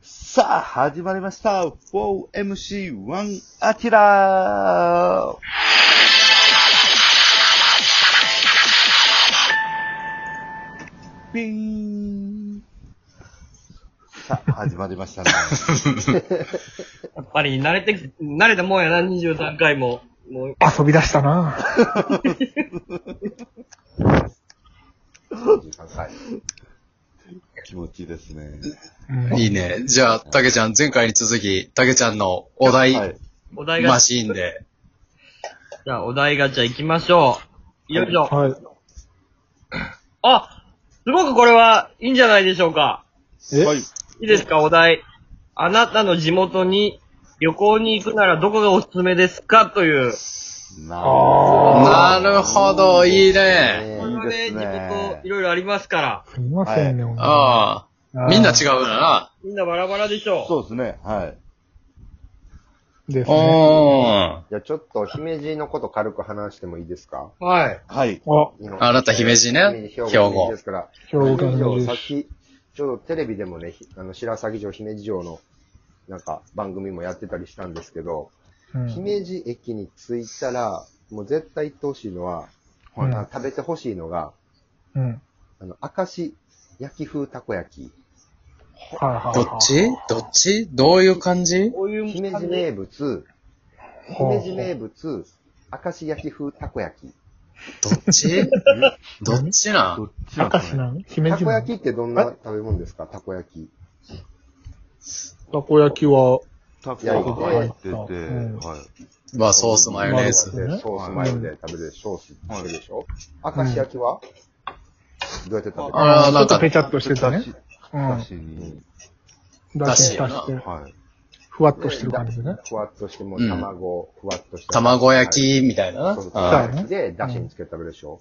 さあ、始まりました 4MC1 アキラピーンさあ、始まりました ね。やっぱり慣れて、慣れたもんやな、23回も。もう、遊び出したなぁ。気持ちいいですね。うんいいね。じゃあ、たけちゃん、前回に続き、たけちゃんのおはい題、お題ガマチシーンで。ャ。じゃあ、お題ガチャ行きましょう。よいしょ。はい。あすごくこれはいいんじゃないでしょうか。えはい。いいですか、お題。あなたの地元に旅行に行くならどこがおすすめですかという。ななるほど、いいねね。こいいれです地元いね。ろいろありますから。すみませんね、ああ。みんな違うな。みんなバラバラでしょそうですね。はい。う。ですね。おじゃあちょっと姫路のこと軽く話してもいいですかう。はい。はい。あ、ー。あなた、姫路ね。姫兵路兵庫庫で。すから。兵庫県姫路の城さっき、ちょうどテレビでもね、ひあの、白鷺城、姫路城の、なんか、番組もやってたりしたんですけど、うん姫路駅に着いたら、もう絶対行ってほしいのは、うんあ食べてほしいのが、うん。あの、明石焼き風たこ焼はいはいはい。どっちどっちどういう感じこういき。う姫路名物、姫路名物、明石焼き風たこ焼き。どっ ちどっちなどっちだ明こ石れなの姫た路こなの焼きってどんな食べ物ですかたこ焼き。たこ焼きは、タコが入ってて、焼いてうんはい。まあ、ソース、マヨネーソズ。ねースマヨで食べるソースしてるでしょ明石焼きはどうやって食べるああ、ちょなんっとか、ペチャっとしてただねし。、うんだ。しに。だしにだ足しやして、はい。ふわっとしてる感じでね。ふわっとしてもう卵、ふわっとした。卵焼きみたいは。ないそうあ卵焼きでだしにつけて食べるでしょ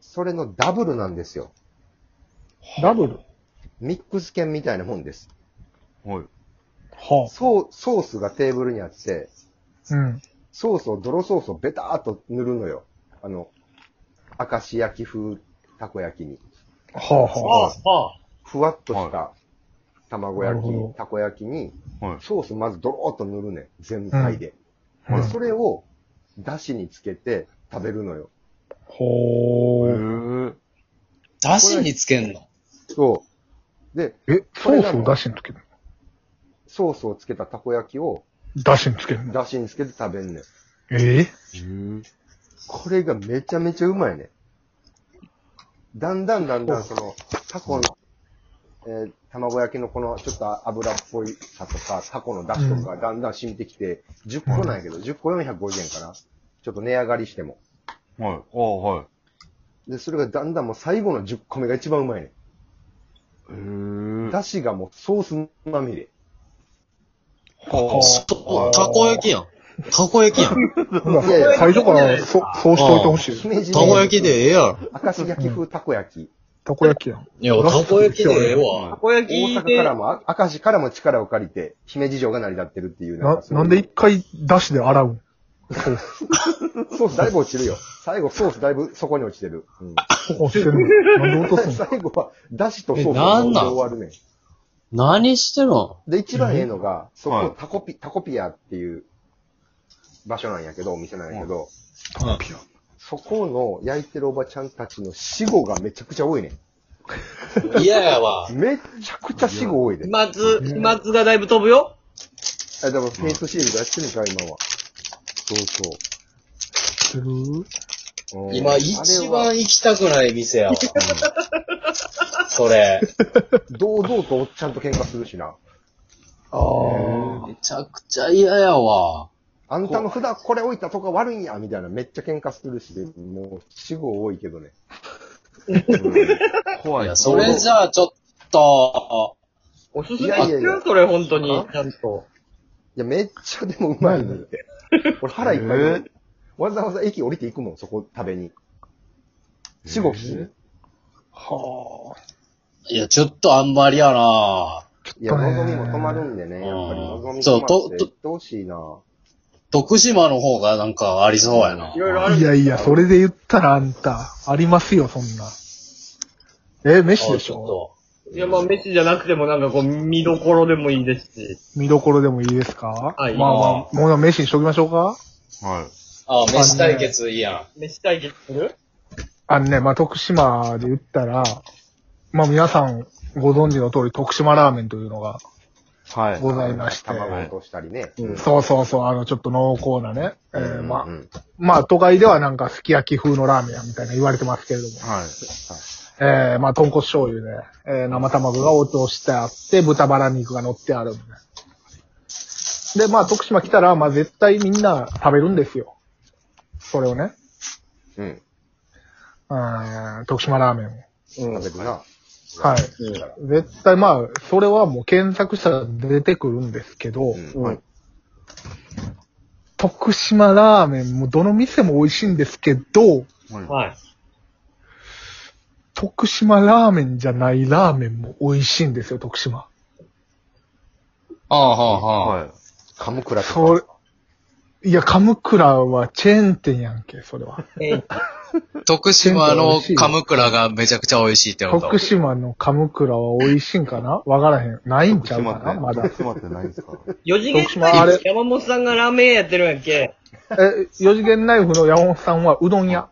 それのダブルなんですよ。ダブル。ミックス犬みたいなもんです。はい。はソーソースがテーブルにあって、あ。うん。ソースを、泥ソースをベターっと塗るのよ。あの、明石焼き風たこ焼きに。はあはああ、ああ。ふわっとした卵焼なるほどき、たこ焼きに、はい。ソースまずドローっと塗るねん。全体で。あ。うんで、それを、だしにつけて食べるのよ。ほー。ー。だしにつけんのそう。で、え、ソースをだしにつけるソースをつけたたこ焼きを、のだしにつけるのだしにつけて食べんねん。ええこれがめちゃめちゃうまいねん。だんだんだんだん、その、タコの、えー卵焼きのこの、ちょっと油っぽいさとか、タコのだしとか、だんだん染みてきて、10個なんやけど、10個450円かな。ちょっと値上がりしても。はい。ああ、はい。で、それがだんだんもう最後の10個目が一番うまいねん。へぇだしがもうソースまみれ。はたこ焼きやん。たこ焼きやん。 あ。いやいや最初からそ、そうしておいてほしい。姫路たこ焼きでで。ええやろ。明石焼き風たこ焼き。たこ焼きやん。いや、たこ焼きでええわ。たこ焼大き阪でから、も、あ明石からも力を借りて、姫路城が成り立ってるっていう。な、かそういなうんで一回出しで洗うんソースだいぶ落ちるよ。最後ソースだいぶそこに落ちてる。うんこうしてるのなんで落とすの最後は、だしとソースえなんでなん終わるねん。何してんので、一番ええのが、そはこいタコピ、タコピアっていう場所なんやけど、お店なんやけど、そこの焼いてるおばちゃんたちの死後がめちゃくちゃ多いね嫌やわ。ん。めちゃくちゃ死後多いで飛。沫、飛沫がだいぶ飛ぶよ。あ、でもフェイスシールドやってるんか、今は。そうそう。知ってるうん今、一番行きたくない店やわ。それ。堂々とおっちゃんと喧嘩するしな。ああ。めちゃくちゃ嫌やわ。あんたの普段これ置いたとか悪いんや、みたいな。めっちゃ喧嘩するし、もう死後多いけどね。 怖いい。や、それじゃあちょっと、おすすいめやいやいやですよ、それ、本当に。あちゃんと。。いや、めっちゃでもうまいねって。俺腹いっぱえいでー。わざわざ駅降りていくもん、そこ食べに。死後する。はあ。いや、ちょっとあんまりやないや、望みも止まるんでね。んやっぱり望みそう止まっとてと行ってほしいな。徳島の方がなんかありそうやないろいろあるいやいや、それで言ったらあんた、ありますよ、そんな。え、飯でしょょいや、まあ、飯じゃなくてもなんかこう、見どころでもいいですし。見どころでもいいですかはいまあまあ、もう飯にしときましょうかはああ、飯対決いいや飯対決するあのね、まあ徳島で言ったら、まあ皆さんご存知の通り徳島ラーメンというのがい。はい。ございまして、卵落としたりね。そうそうそう、あのちょっと濃厚なね、えーまあう、んまあ都会ではなんかすき焼き風のラーメンやみたいな言われてますけれども、はい。えー、まあ豚骨醤油で、えー生卵が落としてあって、豚バラ肉が乗ってあるんで。で、まあ徳島来たら、まあ絶対みんな食べるんですよ。それをね、うん。うん、徳島ラーメンを。食べるな。はい。絶対まあ、それはもう検索したら出てくるんですけど、うん。はい。徳島ラーメンもどの店も美味しいんですけど、はい。徳島ラーメンじゃないラーメンも美味しいんですよ、徳島。ああ、はあ、はあ。はい。カムクラとそか。れ、いや、カムクラはチェーン店やんけ、それは。徳島のカムクラがめちゃくちゃ美味しいってこと。徳島のカムクラは美味しいんかなわからへん。ないんちゃうかなまだ。詰まってないんですか四次元徳島あれ山本さんがラーメン屋やってるんやっけえ、四次元ナイフの山本さんはうどん 屋。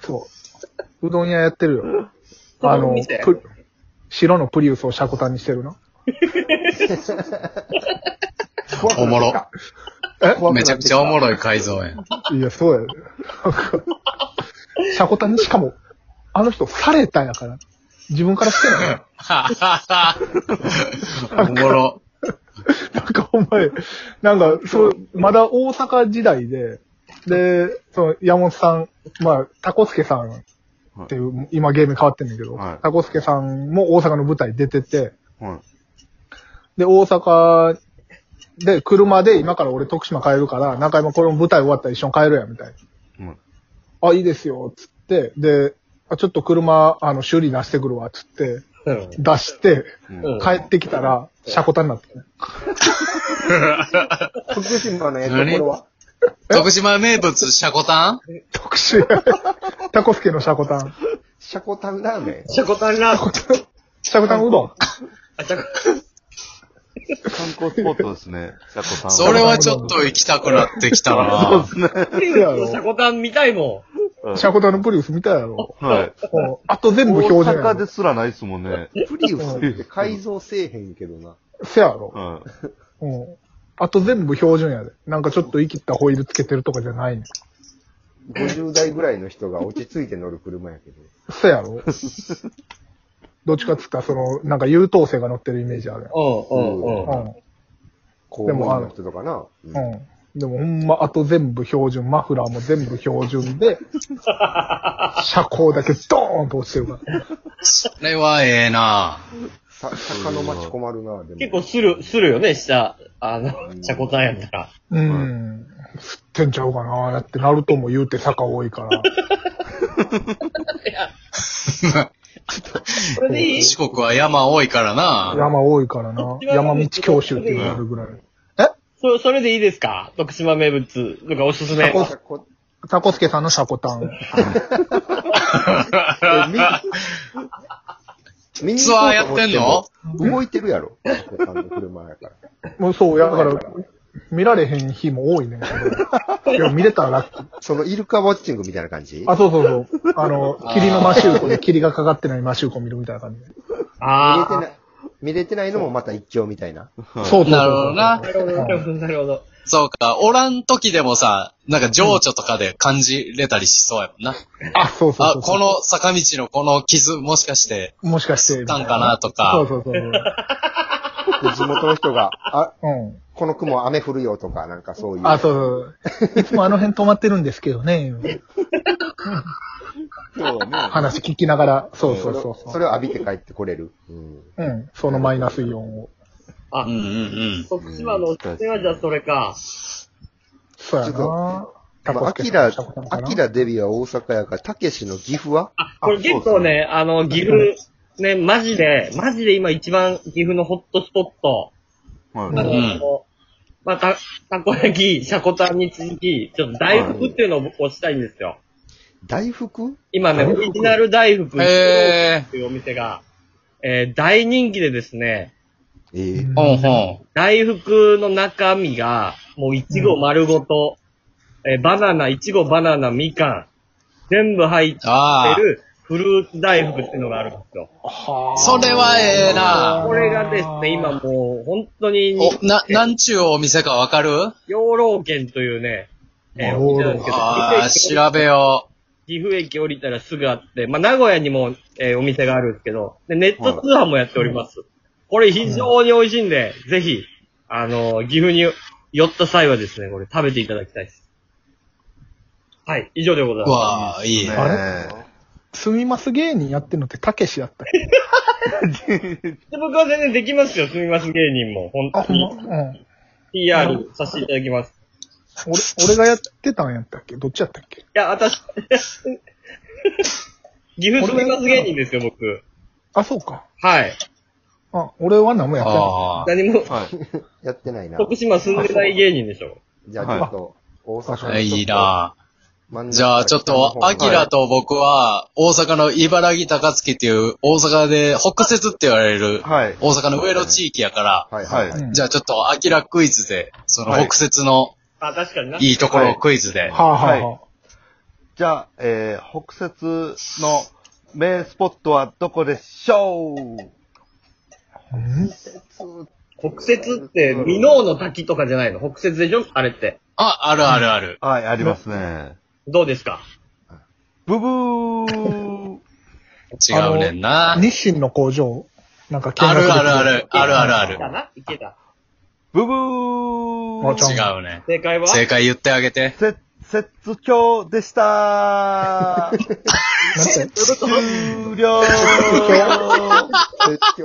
そう。うどん屋やってるよ。あそのの店、プ白のプリウスをシャコタンにしてるな。おもろ。めちゃくちゃおもろい改造 やん。いや、そうやで。 なんかシャコタンにしかも、あの人、されたやから。自分からしてない。おもろ。なんかお前、なんか、そう、まだ大阪時代で、で、その、山本さん、まあ、タコスケさんっていう、今ゲーム変わってんだけど、はいタコスケさんも大阪の舞台出てて、はい。で、大阪で、車で今から俺徳島帰るから、中山これも舞台終わったら一緒に帰るや、みたいな。あ、いいですよ、つって、で、あちょっと車、あの、修理出してくるわ、つって、うん。出して、うん帰ってきたら、シャコタンになってね。徳島のええところは徳島名物、シャコタン特殊タコスケのシャコタン。シャコタンラーメンシャコタンラーメン。シャコタンうどん。あ、シャコ観光スポットですね。シャコさん。それはちょっと行きたくなってきた な。プリウスのシャコタン見たいもシャコタンのプリウス見たやろ。はい。うんあと全大部標準や阪ろ。ですらないですもんね。プリウスって改造せえへんけどな。せやろ。はうん。あと全部標準やで。なんかちょっと生きったホイールつけてるとかじゃないねん。 50代ぐらいの人が落ち着いて乗る車やけど。せや ろ。どっちかっつったら、その、なんか優等生が乗ってるイメージあるやん。うん、うん、うん。ん。公務員の人とかな。うんうん。うん。でもほんま、あと全部標準、マフラーも全部標準 で、車高だけドーンと落ちてるから。それはええな。さ、坂の町困るな、でも。結構する、するよね、下。あの、シャコタンやったら。うん。吸ってんちゃうかなってなるとも言うて坂多いから。それでいい四国は山多いからな。山多いからな。山道教習って言われるぐらい。そ、それでいいですか徳島名物とかおすすめ。こうさこタコスケさんのシャコタン。 見にツ行こアーうやとっ思てんのても動いてるやろ。坂さんの車やから。もうそう、やだから、見られへん日も多いね。いや、見れたらラッキー。そのイルカウォッチングみたいな感じあ、そうそうそう。あの、霧のマシューコで霧がかかってないマシューコ見るみたいな感じで。見れあてない。見れてないのもまた一興みたいな。そうそうそうそうなるほどなあ。。なるほど、なるほど、なるほど。そうか、おらん時でもさ、なんか情緒とかで感じれたりしそうやもんな。あ、そうそうあ、そう。この坂道のこの傷もしかして、もしかして。吸ったんかなとかそうそうそう。で地元の人が、あ、うん。この雲雨降るよとか、なんかそういう。あ、そうそう。いつもあの辺止まってるんですけどね。そうね。話聞きながら。そうそそうれそをうそそう。れを浴びて帰ってこれる。うん。うん。そのマイナスイオンを。あうん、うんうん。徳島のおすすめはじゃあそれか。そうやちな。タまあ、コアスケキさんのラシャコタン、かアなキラデビは大阪やから、たけしの岐阜はあ、これ結構ね、あの、岐阜、ね、マジで、マジで今一番岐阜のホットスポット。はい。あはい。の、うんまあ、た、たこ焼き、シャコタンに続き、ちょっと大福っていうのを押したいんですよ。大福今ね、オリジナル大福へえというお店が、えー大人気でですね、ええうんほんほん。大福の中身が、もういちご丸ごと、えーバナナ、いちご、バナナ、みかん、全部入っあてるフルーツ大福っていうのがあるんですよ。あ。それはええなこれがですね、今もう本当にに、お、な、なんちゅうお店かわかる養老軒というね、えー、養老お店なんですけど、ああ、岐阜駅調べよ。岐阜駅降りたらすぐあって、まあ、名古屋にも、えーお店があるんですけど、で、ネット通販もやっております。これ非常に美味しいんで、ぜひ、あのー岐阜に寄った際はですね、これ食べていただきたいです。はい、以上でございううまわあ、いい。あれねすみます芸人やってるのってたけしやったっ けす。で、僕は全然できますよ、すみます芸人も。あ、本当ほんま。にう。ん。 PR させていただきます。俺、俺がやってたんやったっけどっちやったっけいや、私、 岐阜すみます芸人ですよ、僕。あ、そうか。はい。あ、俺は何もやってない。ああ。何も、やってないな。徳島住んでない芸人でしょ。じゃあちょっと、大阪のいいな真ん中じゃあ、ちょっと、アキラと僕は、大阪の茨城高槻っていう、大阪で、北節って言われる、はい。大阪の上の地域やから、はいはい。はいうんじゃあちょっと、アキラクイズで、そのはい北節のあ、確かにな。いいところをクイズで。はあ、はあ、はあ。じゃあ、えー、北節の名スポットはどこでしょう北節って、美濃の滝とかじゃないの北節でしょあれって。あ、あるあるある。はい、ありますね。どうですかブブー違うねんな。日清の工場、なんか見あ学できるあるある。あるあるいけあたる。な。いけた。ブブーあちゃん違うね。正解は正解言ってあげて。せ、摂津橋でしたーなんて終了